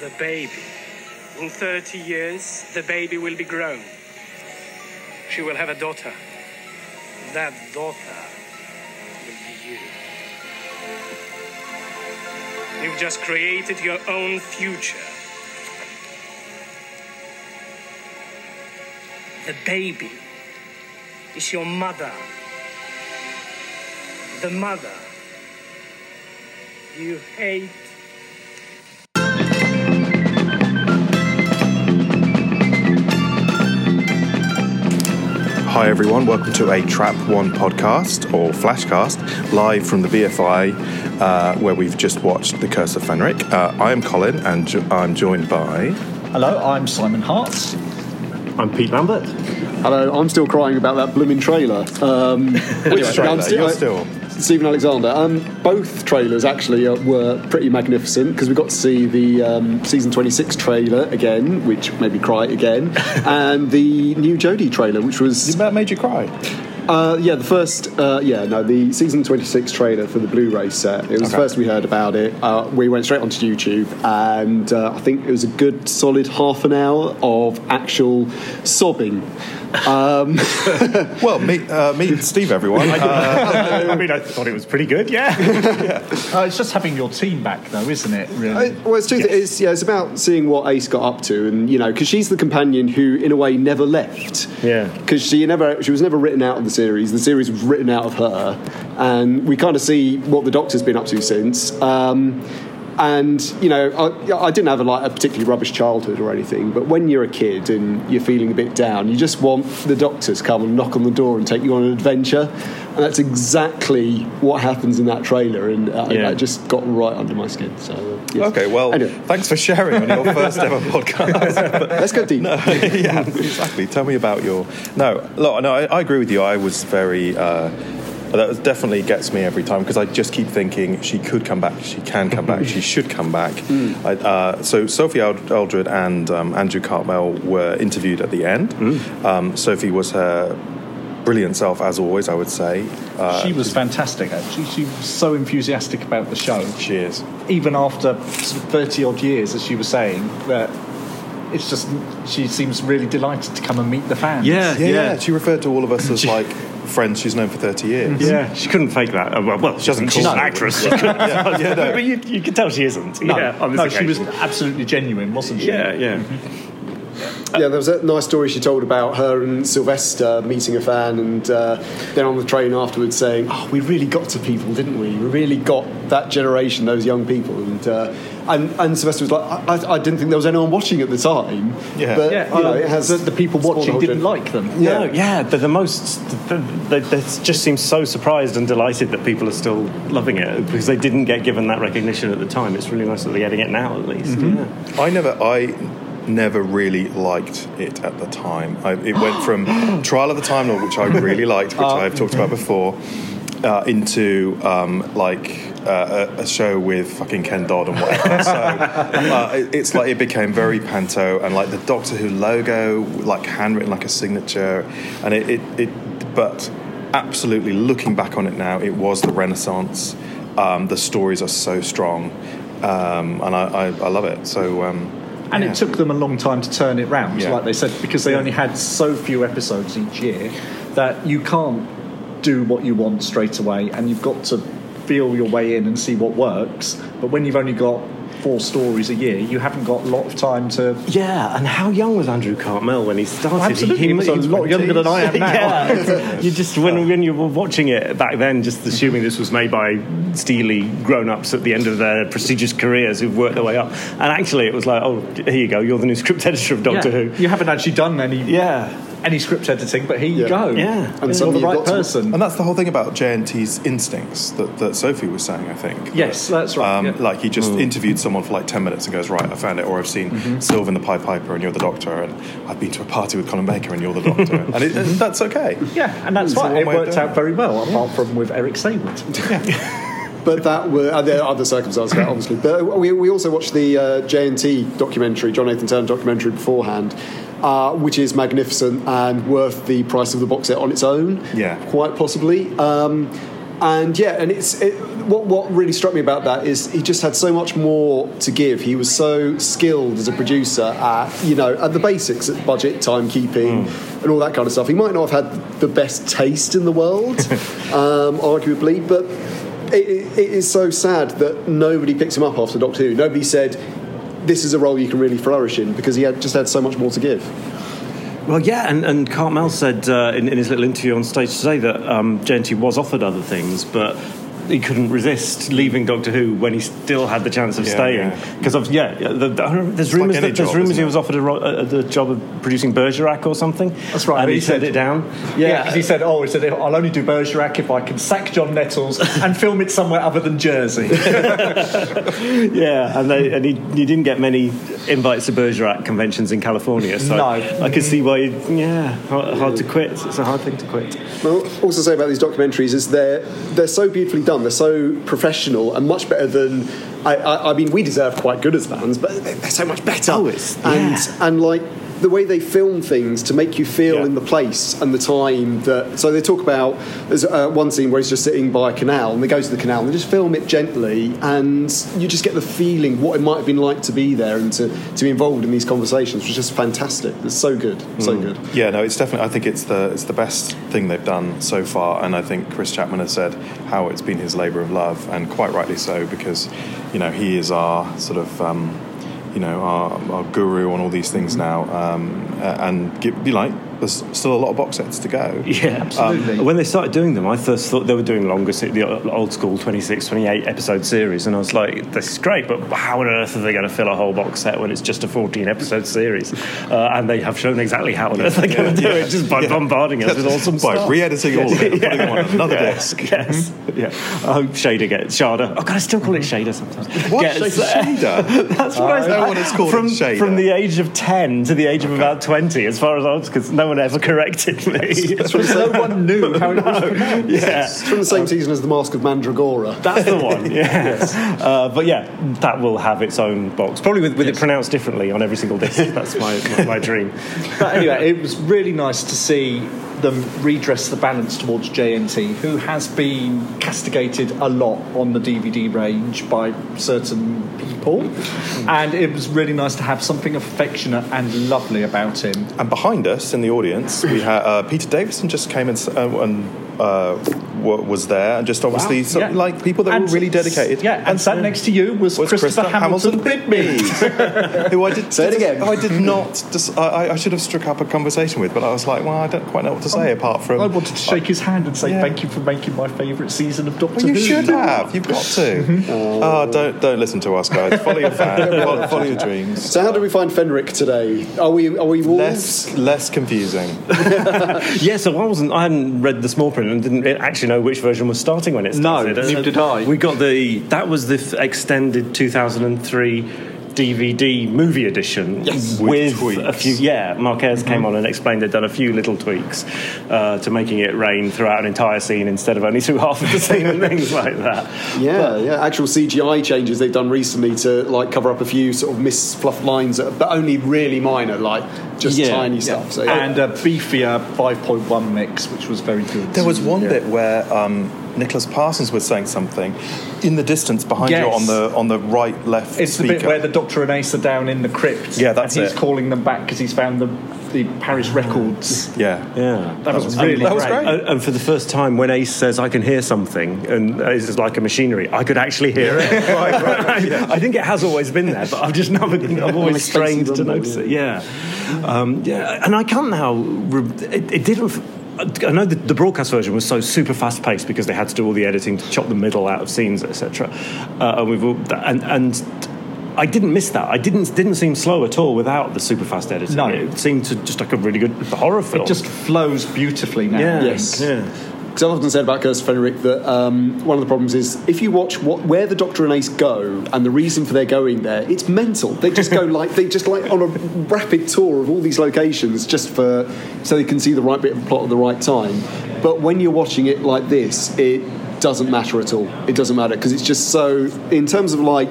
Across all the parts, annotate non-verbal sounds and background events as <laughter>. the baby. In 30 years, the baby will be grown. She will have a daughter. That daughter will be you. You've just created your own future. The baby is your mother. The mother you hate. Hi, everyone. Welcome to a Trap One podcast or flashcast live from the BFI, uh, where we've just watched The Curse of Fenric. Uh, I am Colin, and jo- I'm joined by. Hello, I'm Simon Hart. I'm Pete Lambert. Hello, I'm still crying about that blooming trailer. Um, which trailer? I'm You're still- Stephen Alexander. Um, both trailers actually uh, were pretty magnificent because we got to see the um, season 26 trailer again, which made me <laughs> cry again, and the new Jodie trailer, which was That made you cry. uh, yeah, the first, uh, yeah, no, the season 26 trailer for the Blu ray set. It was the first we heard about it. Uh, we went straight onto YouTube, and uh, I think it was a good solid half an hour of actual sobbing. Um, Well, meet, uh, meet Steve, <laughs> everyone. Uh, <laughs> I mean, I thought it was pretty good, yeah. Uh, it's just having your team back, though, isn't it? Really? I- well, it's true. that It's, yeah, it's about seeing what Ace got up to, and you know, because she's the companion who, in a way, never left. Yeah. Because she never, she was never written out of the series. The series was written out of her, and we kind of see what the Doctor's been up to since. Um, and you know, I, I didn't have a, like a particularly rubbish childhood or anything, but when you're a kid and you're feeling a bit down, you just want the Doctor to come and knock on the door and take you on an adventure. And that's exactly what happens in that trailer, and uh, Yeah. I just got right under my skin. So. uh, yeah. okay, well, Anyway, thanks for sharing on your first ever <laughs> podcast. let's go <laughs> deep. yeah, exactly. Tell me about your. No, look, no, I, I agree with you. I was very. Uh, that definitely gets me every time because I just keep thinking she could come back, she can come back, <laughs> she should come back. I, uh, so Sophie Eld- Eldred and um, Andrew Cartmel were interviewed at the end. Um, Sophie was her brilliant self, as always. I would say uh, she was fantastic, actually. She was so enthusiastic about the show. she is. Even after 30 odd years, as she was saying, that it's just, she seems really delighted to come and meet the fans. Yeah, yeah, She referred to all of <laughs> us as like friends she's known for thirty years. Yeah, she couldn't fake that. Uh, Well, well she doesn't She's call an it. actress. She couldn't- <laughs> Yeah, yeah, no. But you, you can tell she isn't. No, yeah, on this no she was occasion. absolutely genuine, wasn't she? Yeah, yeah. Yeah, there was that nice story she told about her and Sylvester meeting a fan, and uh, then on the train afterwards saying, "Oh, we really got to people, didn't we? We really got that generation, those young people." And uh, and, and Sylvester was like, I, I, "I didn't think there was anyone watching at the time, Yeah. but Yeah, you know, um, it has the, the people spawned a watching whole didn't gen- like them. Yeah. No, yeah, they're the most. They, they just seem so surprised and delighted that people are still loving it because they didn't get given that recognition at the time. It's really nice that they're getting it now, at least. Yeah. I never, I never really liked it at the time. I, it went from Trial of the Time Lord, which I really liked, which I've talked about before, uh, into um, like uh, a, a show with fucking Ken Dodd and whatever. so uh, it- it's like it became very panto and like the Doctor Who logo, like handwritten like a signature, and it, it, it but absolutely looking back on it now, it was the Renaissance. Um, the stories are so strong, um, and I, I, I love it. So, um, And yeah. it took them a long time to turn it round, Yeah. like they said, because they only had so few episodes each year that you can't do what you want straight away and you've got to feel your way in and see what works. But when you've only got four stories a year, you haven't got a lot of time to. Yeah, and how young was Andrew Cartmel when he started? Absolutely, he was a lot younger than I <laughs> am now. <laughs> yeah. you just when, when you were watching it back then, just assuming this was made by steely grown-ups at the end of their prestigious careers who've worked their way up, and actually it was like, oh, here you go, you're the new script <laughs> editor of Doctor Yeah. Who. You haven't actually done any Yeah, any script editing, but here you Yeah. go. Yeah. And and you're suddenly the you've right got to- person. and that's the whole thing about JNT's instincts that, that Sophie was saying, I think. Yes, that's right, Um, yeah. Like he just interviewed someone for like 10 minutes and goes, right, I found it, or I've seen Sylvan the Pied Piper and you're the doctor, and I've been to a party with Colin Baker and you're the doctor. and, it, and that's okay. yeah, and that's It's a why long it way of worked doing out it. very well, apart from with Eric Sayward. But that were and there are other circumstances for that obviously. But we, we also watched the uh, J and T documentary, John Nathan Turner documentary beforehand, uh, which is magnificent and worth the price of the box set on its own. Yeah. quite possibly. Um, and yeah, and it's it, what what really struck me about that is he just had so much more to give. He was so skilled as a producer at you know at the basics, at budget, timekeeping, and all that kind of stuff. He might not have had the best taste in the world, um, arguably, but it, it, it is so sad that nobody picked him up after Doctor Who. Nobody said. This is a role you can really flourish in because he had just had so much more to give. Well, yeah, and, and Cartmel said uh, in, in his little interview on stage today that um, JNT was offered other things, but he couldn't resist leaving Doctor Who when he still had the chance of Yeah, staying. yeah. Because yeah, the, the- I remember there's rumours any that there's job, rumours isn't he it? was offered a, ro- a, a- the job of producing Bergerac or something. That's right, and but he, he turned said- it down. Yeah, because he said, "Oh, he said I'll only do Bergerac if I can sack John Nettles and film it somewhere other than Jersey." <laughs> Yeah, and they, and he, he didn't get many invites to Bergerac conventions in California, so No. I could see why. he'd- Yeah, hard, hard to quit. It's a hard thing to quit. Well, also say about these documentaries is they're they're so beautifully done. They're so professional and much better than. I, I, I mean, we deserve quite good as fans, but they're they're so much better. Oh, it's- and yeah. and like the way they film things to make you feel Yeah. in the place and the time that. So they talk about there's uh, one scene where he's just sitting by a canal and they go to the canal and they just film it gently and you just get the feeling what it might have been like to be there and to, to be involved in these conversations, which is just fantastic. It's so good, so Hmm. good. Yeah, no, it's definitely. I think it's the it's the best thing they've done so far, and I think Chris Chapman has said how it's been his labour of love, and quite rightly so, because you know he is our sort of um, you know our, our guru on all these things now, um, a- and gi- be like, there's still a lot of box sets to go. Yeah, Absolutely. when they started doing them, I first thought they were doing longer, se- the old school 26, 28 episode series, and I was like, this is great, but how on earth are they going to fill a whole box set when it's just a 14 episode series? Uh, and they have shown exactly how on earth they're going to do it, just by bombarding us with awesome By stuff. <laughs> re-editing all of it, and putting them on another Yeah. disc. Yes. <laughs> Yeah. I hope Shader gets Shader. Oh, God, I still call it Shader sometimes. What <laughs> Gets- shader? <laughs> That's what I Is that what it's called? From, Shader? from the age of 10 to the age of about 20, as far as I was, because no one ever corrected me. <laughs> no one knew how it was pronounced. yeah. Um, It's from the same season as The Mask of Mandragora. That's the one. Yeah. Uh, but yeah, that will have its own box, probably with, with it pronounced differently on every single disc. That's my, my, my dream. <laughs> But anyway, it was really nice to see them redress the balance towards JNT, who has been castigated a lot on the DVD range by certain people. And it was really nice to have something affectionate and lovely about him. And behind us in the audience, we had uh, Peter Davison just came and, s- uh, and uh, w- was there, and just obviously some, Yeah. like people that And- were really dedicated. Yeah, and sat next to you was, was Christopher, Christopher Hamilton, Hamilton <laughs> Bidby. who I did Say it again. I did not. Dis- I, I- I should have struck up a conversation with, but I was like, well, I don't quite know what Oh, to say apart from. I wanted to shake his hand and say Yeah. thank you for making my favourite season of Doctor Well, you Who. should have. You've got to. <laughs> oh, don't don't listen to us, guys. Follow your fan. <laughs> follow, follow your dreams. So how do we find Fenric today? Are we are we wolves? Less less confusing. Yeah, so I wasn't. I hadn't read the small print and didn't actually know which version was starting when it No, started. neither did I. We got the that was the f- extended 2003 DVD movie edition Yes. with, With a tweaks. few. Yeah, Marquez came on and explained they'd done a few little tweaks uh, to making it rain throughout an entire scene instead of only through <laughs> half of the scene and things like that. Yeah, yeah. Actual CGI changes they've done recently to like cover up a few sort of misfluffed lines, that, but only really minor, like just Yeah, tiny yeah. stuff. So yeah. And a beefier 5.1 mix, which was very good. There was one bit where um, Nicholas Parsons was saying something in the distance behind you on Yes. the on the right left It's speaker. the bit where the Doctor and Ace are down in the crypt. Yeah, that's and he's it. calling them back because he's found the, the Paris records. yeah. Yeah, That was really that was great. great. And, and for the first time, when Ace says, "I can hear something," and Ace is like a machinery, I could actually hear it. <laughs> I think it has always been there, but I've just never, I've always Like Spacey strained to Rumble, notice it. Yeah, um, yeah, and I can't now. re- It, it didn't. f- I know the, the broadcast version was so super fast paced because they had to do all the editing to chop the middle out of scenes, etc. Uh, and we've all, and and. I didn't miss that. I didn't didn't seem slow at all without the super fast editing. No. It seemed to just like a really good horror film. It just flows beautifully now. Yeah. Yes. Yeah. Because I've often said about Curse of Fenric that um, one of the problems is if you watch what, where the Doctor and Ace go and the reason for their going there, it's mental. They just go like they just like on a rapid tour of all these locations just for so they can see the right bit of plot at the right time. But when you're watching it like this, it doesn't matter at all. It doesn't matter because it's just so in terms of like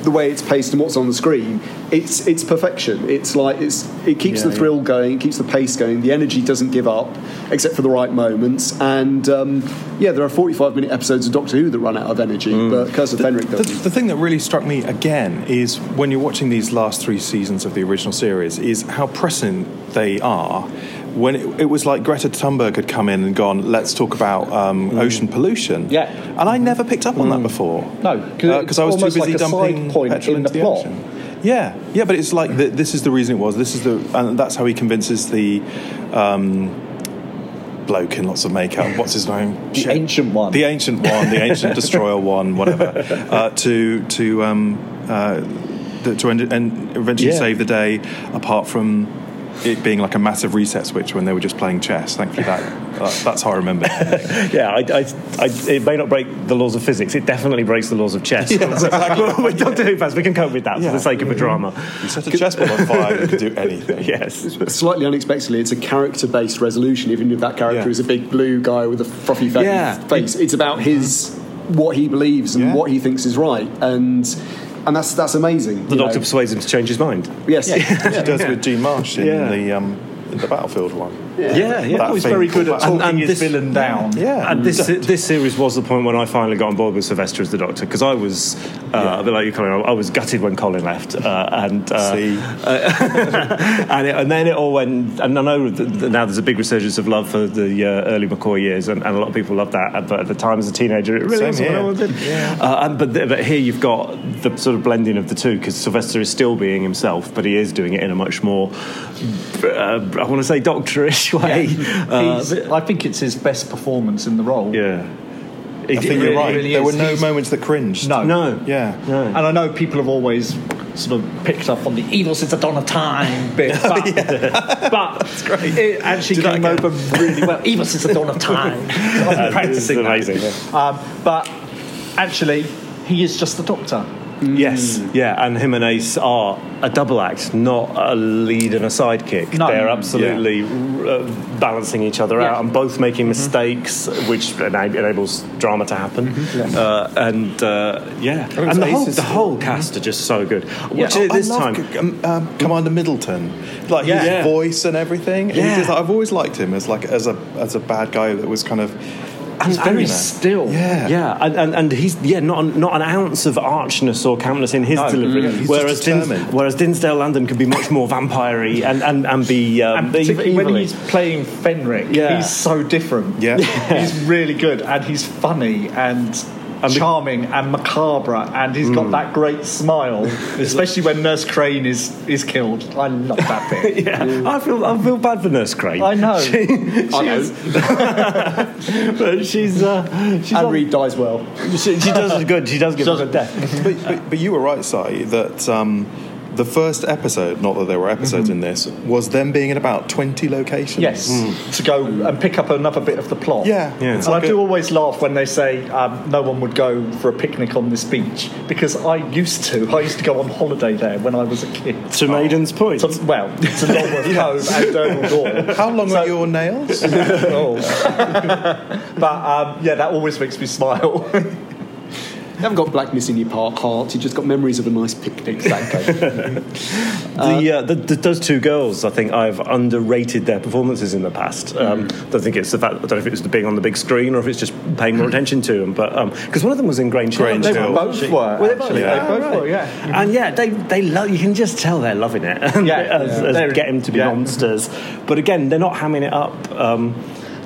the way it's paced and what's on the screen, it's it's perfection. It's like it's it keeps Yeah, the yeah. thrill going, it keeps the pace going. The energy doesn't give up, except for the right moments. And um, yeah, there are forty-five minute episodes of Doctor Who that run out of energy, but Curse of Fenric The, doesn't. the thing that really struck me again is when you're watching these last three seasons of the original series is how prescient they are. When it, it was like Greta Thunberg had come in and gone, let's talk about um, ocean pollution. Mm. Yeah. Mm. and I never picked up on that before. No, 'cause because I was it's too almost busy like a side dumping point petrol in into the the, plot. ocean. Yeah, yeah, but it's like the, this is the reason it was. This is the, and that's how he convinces the. Um, bloke in lots of makeup. What's his name? The ancient one. The ancient one, the ancient destroyer one, <laughs> whatever, uh, to to um, uh, the, to end, and eventually Yeah. save the day. Apart from it being like a massive reset switch when they were just playing chess. Thankfully, that, that that's how I <laughs> remember. it. Yeah, I, I, I, it may not break the laws of physics. It definitely breaks the laws of chess. <laughs> We're Doctor Who fans. We can cope with that for Yeah. the sake of a drama. You set a chessboard on fire, you could do anything. Yes. Slightly unexpectedly, it's a character-based resolution. Even if that character Yeah. is a big blue guy with a frothy fa- Yeah. face, it's about his what he believes and Yeah. what he thinks is right, and and that's that's amazing. The Doctor persuades him to change his mind. Yes. She does with Gene Marsh in Yeah. the um, in the battlefield one. Yeah, yeah. That Always thing very good called at back. talking and his this- villain down. Yeah. and this this series was the point when I finally got on board with Sylvester as the Doctor because I was uh, a bit like you, Colin. I I was gutted when Colin left, uh, and uh, See? and, it, and then it all went. And I know that that now there's a big resurgence of love for the uh, early McCoy years, and, and a lot of people love that. But at the time, as a teenager, it really Same wasn't what here. I wanted. Uh, and, but, th- but here you've got the sort of blending of the two because Sylvester is still being himself, but he is doing it in a much more, uh, I want to say, doctorish <laughs> way. Uh, He's- I think it's his best performance in the role. yeah. It- I think it- you're right. really there is. were no He's- moments that cringed. No. No. Yeah. No. And I know people have always sort of picked up on the evil since the dawn of time bit, but, but it actually came over really well. Evil since the dawn of time. I've been <laughs> It's practicing that. amazing. Um, but actually, he is just the doctor. Yes, Mm. yeah, and him and Ace are a double act, not a lead and a sidekick. No. They're absolutely uh, balancing each other Yeah. out and both Mm-hmm. making mistakes, which ena- enables drama to happen. Mm-hmm. Uh, and uh, yeah, it's and the whole, Ace's- the whole cast are just so good. Watching Oh, it this I time. love C- um, um, Commander Middleton, like his Yeah. voice and everything. Yeah. He's just, like, I've always liked him as like as a as a bad guy that was kind of he's and very he's still. Yeah, Yeah, and, and, and he's yeah not an- not an ounce of archness or campness in his delivery. He's just whereas Dins, determined. whereas Dinsdale Landon could be much more vampire-y and and and be um, And particularly when evilly. he's playing Fenric, Yeah. he's so different. <laughs> Yeah. Yeah. he's really good, and he's funny and. charming and macabre, and he's got that great smile, especially when Nurse Crane is is killed. I love that bit. Yeah, <laughs> I feel I feel bad for Nurse Crane. I know. She, <laughs> I know. but she's uh, she's And on- Reed dies well. she, she does good. She does give does us it. but, but, but you were right, Si, that um, the first episode, not that there were episodes in this, was them being in about twenty locations. Yes, to go and pick up another bit of the plot. Yeah. Yeah. And It's I like do a- always laugh when they say um, no one would go for a picnic on this beach because I used to. I used to go on holiday there when I was a kid. Oh. To Maiden's point. To- well, to <laughs> Longworth Cove and Durnal Door. How long So- are your nails? <laughs> Oh. but um, yeah, that always makes me smile. You haven't got blackness in your part, heart. You've just got memories of a nice picnic. Exactly. the, uh, the, the those two girls, I think I've underrated their performances in the Hmm. past. Um, Don't think it's the fact. I don't know if it was the being on the big screen or if it's just paying Hmm. more attention to them. But because one of them was in Grange Hill. Grange They Hill. were both- both were. Well, they both, actually. were. They both Right. were, yeah. And yeah, they, they love, you can just tell they're loving it. <laughs> Yeah, as, yeah. as They're- get them to be yeah. monsters. But again, they're not hamming it up. Um,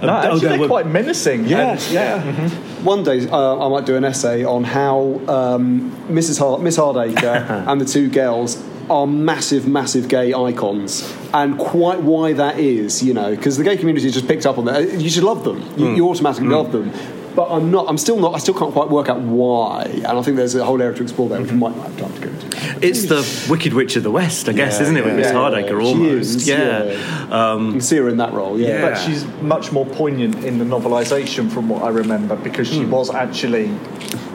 No, oh, actually, there they're were- quite menacing. <laughs> Yeah, and- yeah. One day, uh, I might do an essay on how um, Mrs. Hard- <laughs> Miss Hardacre and the two girls are massive, massive gay icons, and quite why that is. You know, because the gay community just picked up on that. Uh, You should love them. You, Mm. you automatically love them. But I'm not. I'm still not. I still can't quite work out why. And I think there's a whole area to explore there, which Mm-hmm. we might not have time to go into. It's the Wicked Witch of the West, I guess, isn't it? With yeah. Miss Yeah. Hardacre, She almost. is, yeah. Um, You can see her in that role. Yeah. Yeah. But she's much more poignant in the novelisation, from what I remember, because Hmm. she was actually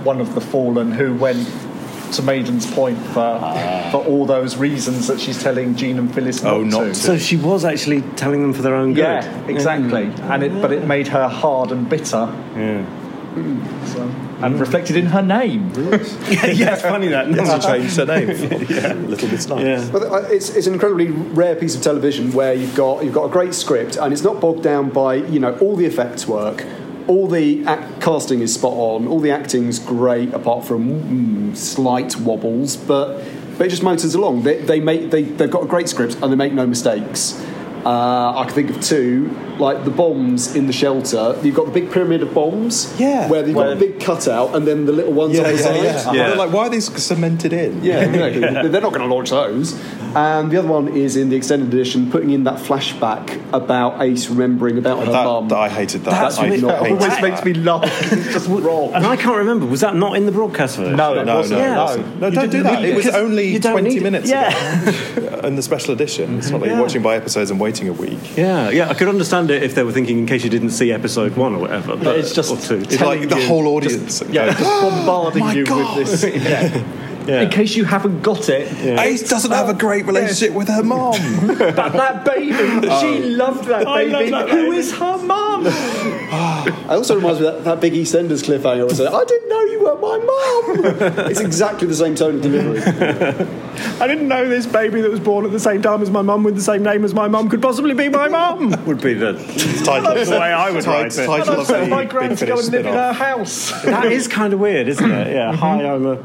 one of the fallen who went to Maiden's Point for Ah. for all those reasons that she's telling Jean and Phyllis not, Oh, not to. So she was actually telling them for their own good. Hmm. Yeah, exactly. And it, but it made her hard and bitter. Yeah. So. and reflected in her name. <laughs> yeah, it's funny that. Yes, she changed her <laughs> name. yeah. Little Miss Nice. <laughs> Yeah. But uh, it's, it's an incredibly rare piece of television where you've got you've got a great script and it's not bogged down by you know all the effects work, all the act- casting is spot on, all the acting's great apart from mm, slight wobbles, but but it just motors along. They, they make they they've got a great script and they make no mistakes. Uh, I can think of two, like the bombs in the shelter. You've got the big pyramid of bombs, Yeah. where you've Where- got a big cutout and then the little ones on the side. Yeah. Like, why are these cemented in? <laughs> Yeah, exactly. They're not going to launch those. And the other one is in the extended edition, putting in that flashback about Ace remembering about her That, mum. that I hated that. That's I really- hated always that. makes me laugh. It's just wrong. And I can't remember. Was that not in the broadcast version? No, it Oh, No, no, wasn't. Yeah. no, no. You Don't didn't do that. need It was it. 'Cause only you don't need twenty it. minutes Yeah. ago. in the special edition. It's not like Yeah. you're watching by episodes and waiting a week. Yeah, yeah. I could understand it if they were thinking in case you didn't see episode one or whatever. But it's just- or two. It's Telling like the you- whole audience. Yeah, goes, just bombarding you with this. Yeah. In case you haven't got it, Ace doesn't have a great relationship with her mom. but that baby, she loved that Oh. I love baby. that Who baby. is her mum? It also reminds me of that, that Big East Enders cliffhanger where I said, I didn't know you were <laughs> my mum. it's exactly the same tone of delivery. I didn't know this baby that was born at the same time as my mum with the same name as my mum could possibly be my <laughs> mum. Would be the title. That's the way I would write it. Title of the my Big grand to Finish go and live in spin-off. her house. <laughs> That is kind of weird, isn't it? Yeah. Hi, I'm a.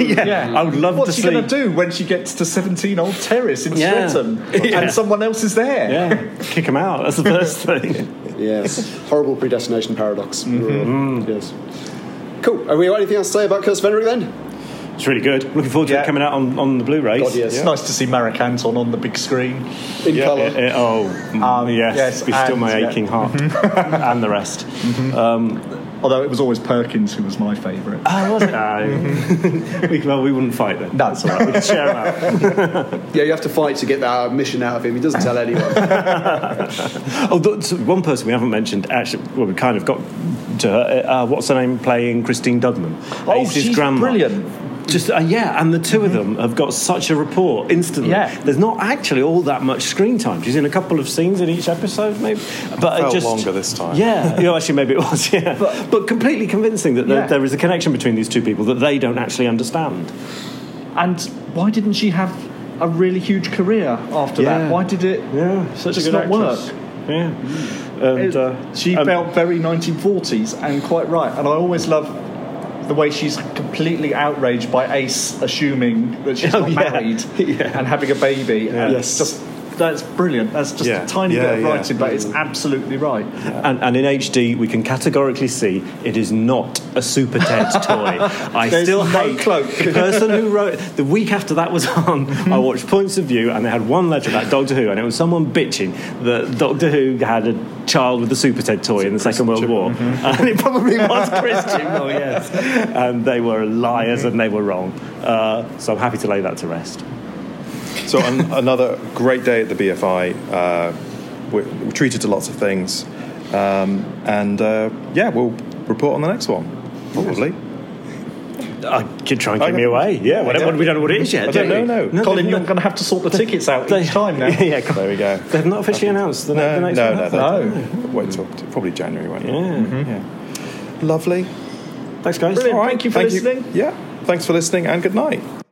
yeah. I would love What's to she see. going to do when she gets to 17 Old Terrace in Yeah. Streatham <laughs> Yeah. and someone else is there? Yeah, kick him out. That's the <laughs> first thing. Yes. Horrible predestination paradox. Mm-hmm. Yes. Cool. Have we got anything else to say about Curse of Fenric then? It's really good. Looking forward to Yeah. it coming out on, on the Blu-rays. God, yes. It's nice to see Marek Anton on the big screen. In Yeah, colour. it- it- oh, mm, Um, yes. yes, be still and- my yeah. Mm-hmm. aching heart, <laughs> and the rest. Although it was always Perkins who was my favourite. Ah, was it? Uh, <laughs> we, well, we wouldn't fight then. No, it's all right. We'd share 'em out. Yeah, you have to fight to get that mission out of him. He doesn't tell anyone. Oh, th- so one person we haven't mentioned, actually, well, we kind of got to her. Uh, what's her name playing Christine Dudman? Oh, Ace's she's grandma. brilliant. Just uh, yeah, and the 2 of them have got such a rapport instantly. Yeah. There's not actually all that much screen time. She's in a couple of scenes in each episode, maybe. But it Felt just, longer this time. Yeah, <laughs> you know, actually, maybe it was. Yeah, but, completely convincing that there, Yeah. there is a connection between these two people that they don't actually understand. <laughs> And why didn't she have a really huge career after Yeah. that? Why did it Yeah, such just a good not actress. work? Mm. Yeah, and It- uh, she um, felt very 1940s and quite right. And I always love the way she's completely outraged by Ace assuming that <laughs> she's not Oh, yeah. married and having a baby. And yes. Yes. just that's brilliant. That's just Yeah. a tiny Yeah, bit of yeah. writing, but Mm. it's absolutely right. And, and in HD, we can categorically see it is not a Super <laughs> Ted toy. I There's still no hate cloak. the person who wrote the week after that was on. I watched Points of View, and they had one letter about Doctor Who, and it was someone bitching that Doctor Who had a child with a Super Mm-hmm. Ted toy in the Second World War, <laughs> and it probably was Christian. <laughs> Well, yes, and they were liars and they were wrong. Uh, so I'm happy to lay that to rest. So an, another great day at the BFI. Uh, we're, we're treated to lots of things, um, and uh, yeah, we'll report on the next one probably. I could try and I get me don't- away. Yeah, whatever. We don't know what it is yet. I do don't know, we? no. Colin, you're going to have to sort the tickets out each time <laughs> now. yeah, yeah, There we go. They've not officially announced the, ne- No, the no, next one. no, have they? no, Wait till till probably January, won't Yeah. you? Lovely. Thanks, guys. Brilliant. All right. Thank you for listening. Yeah. Thanks for listening, and good night.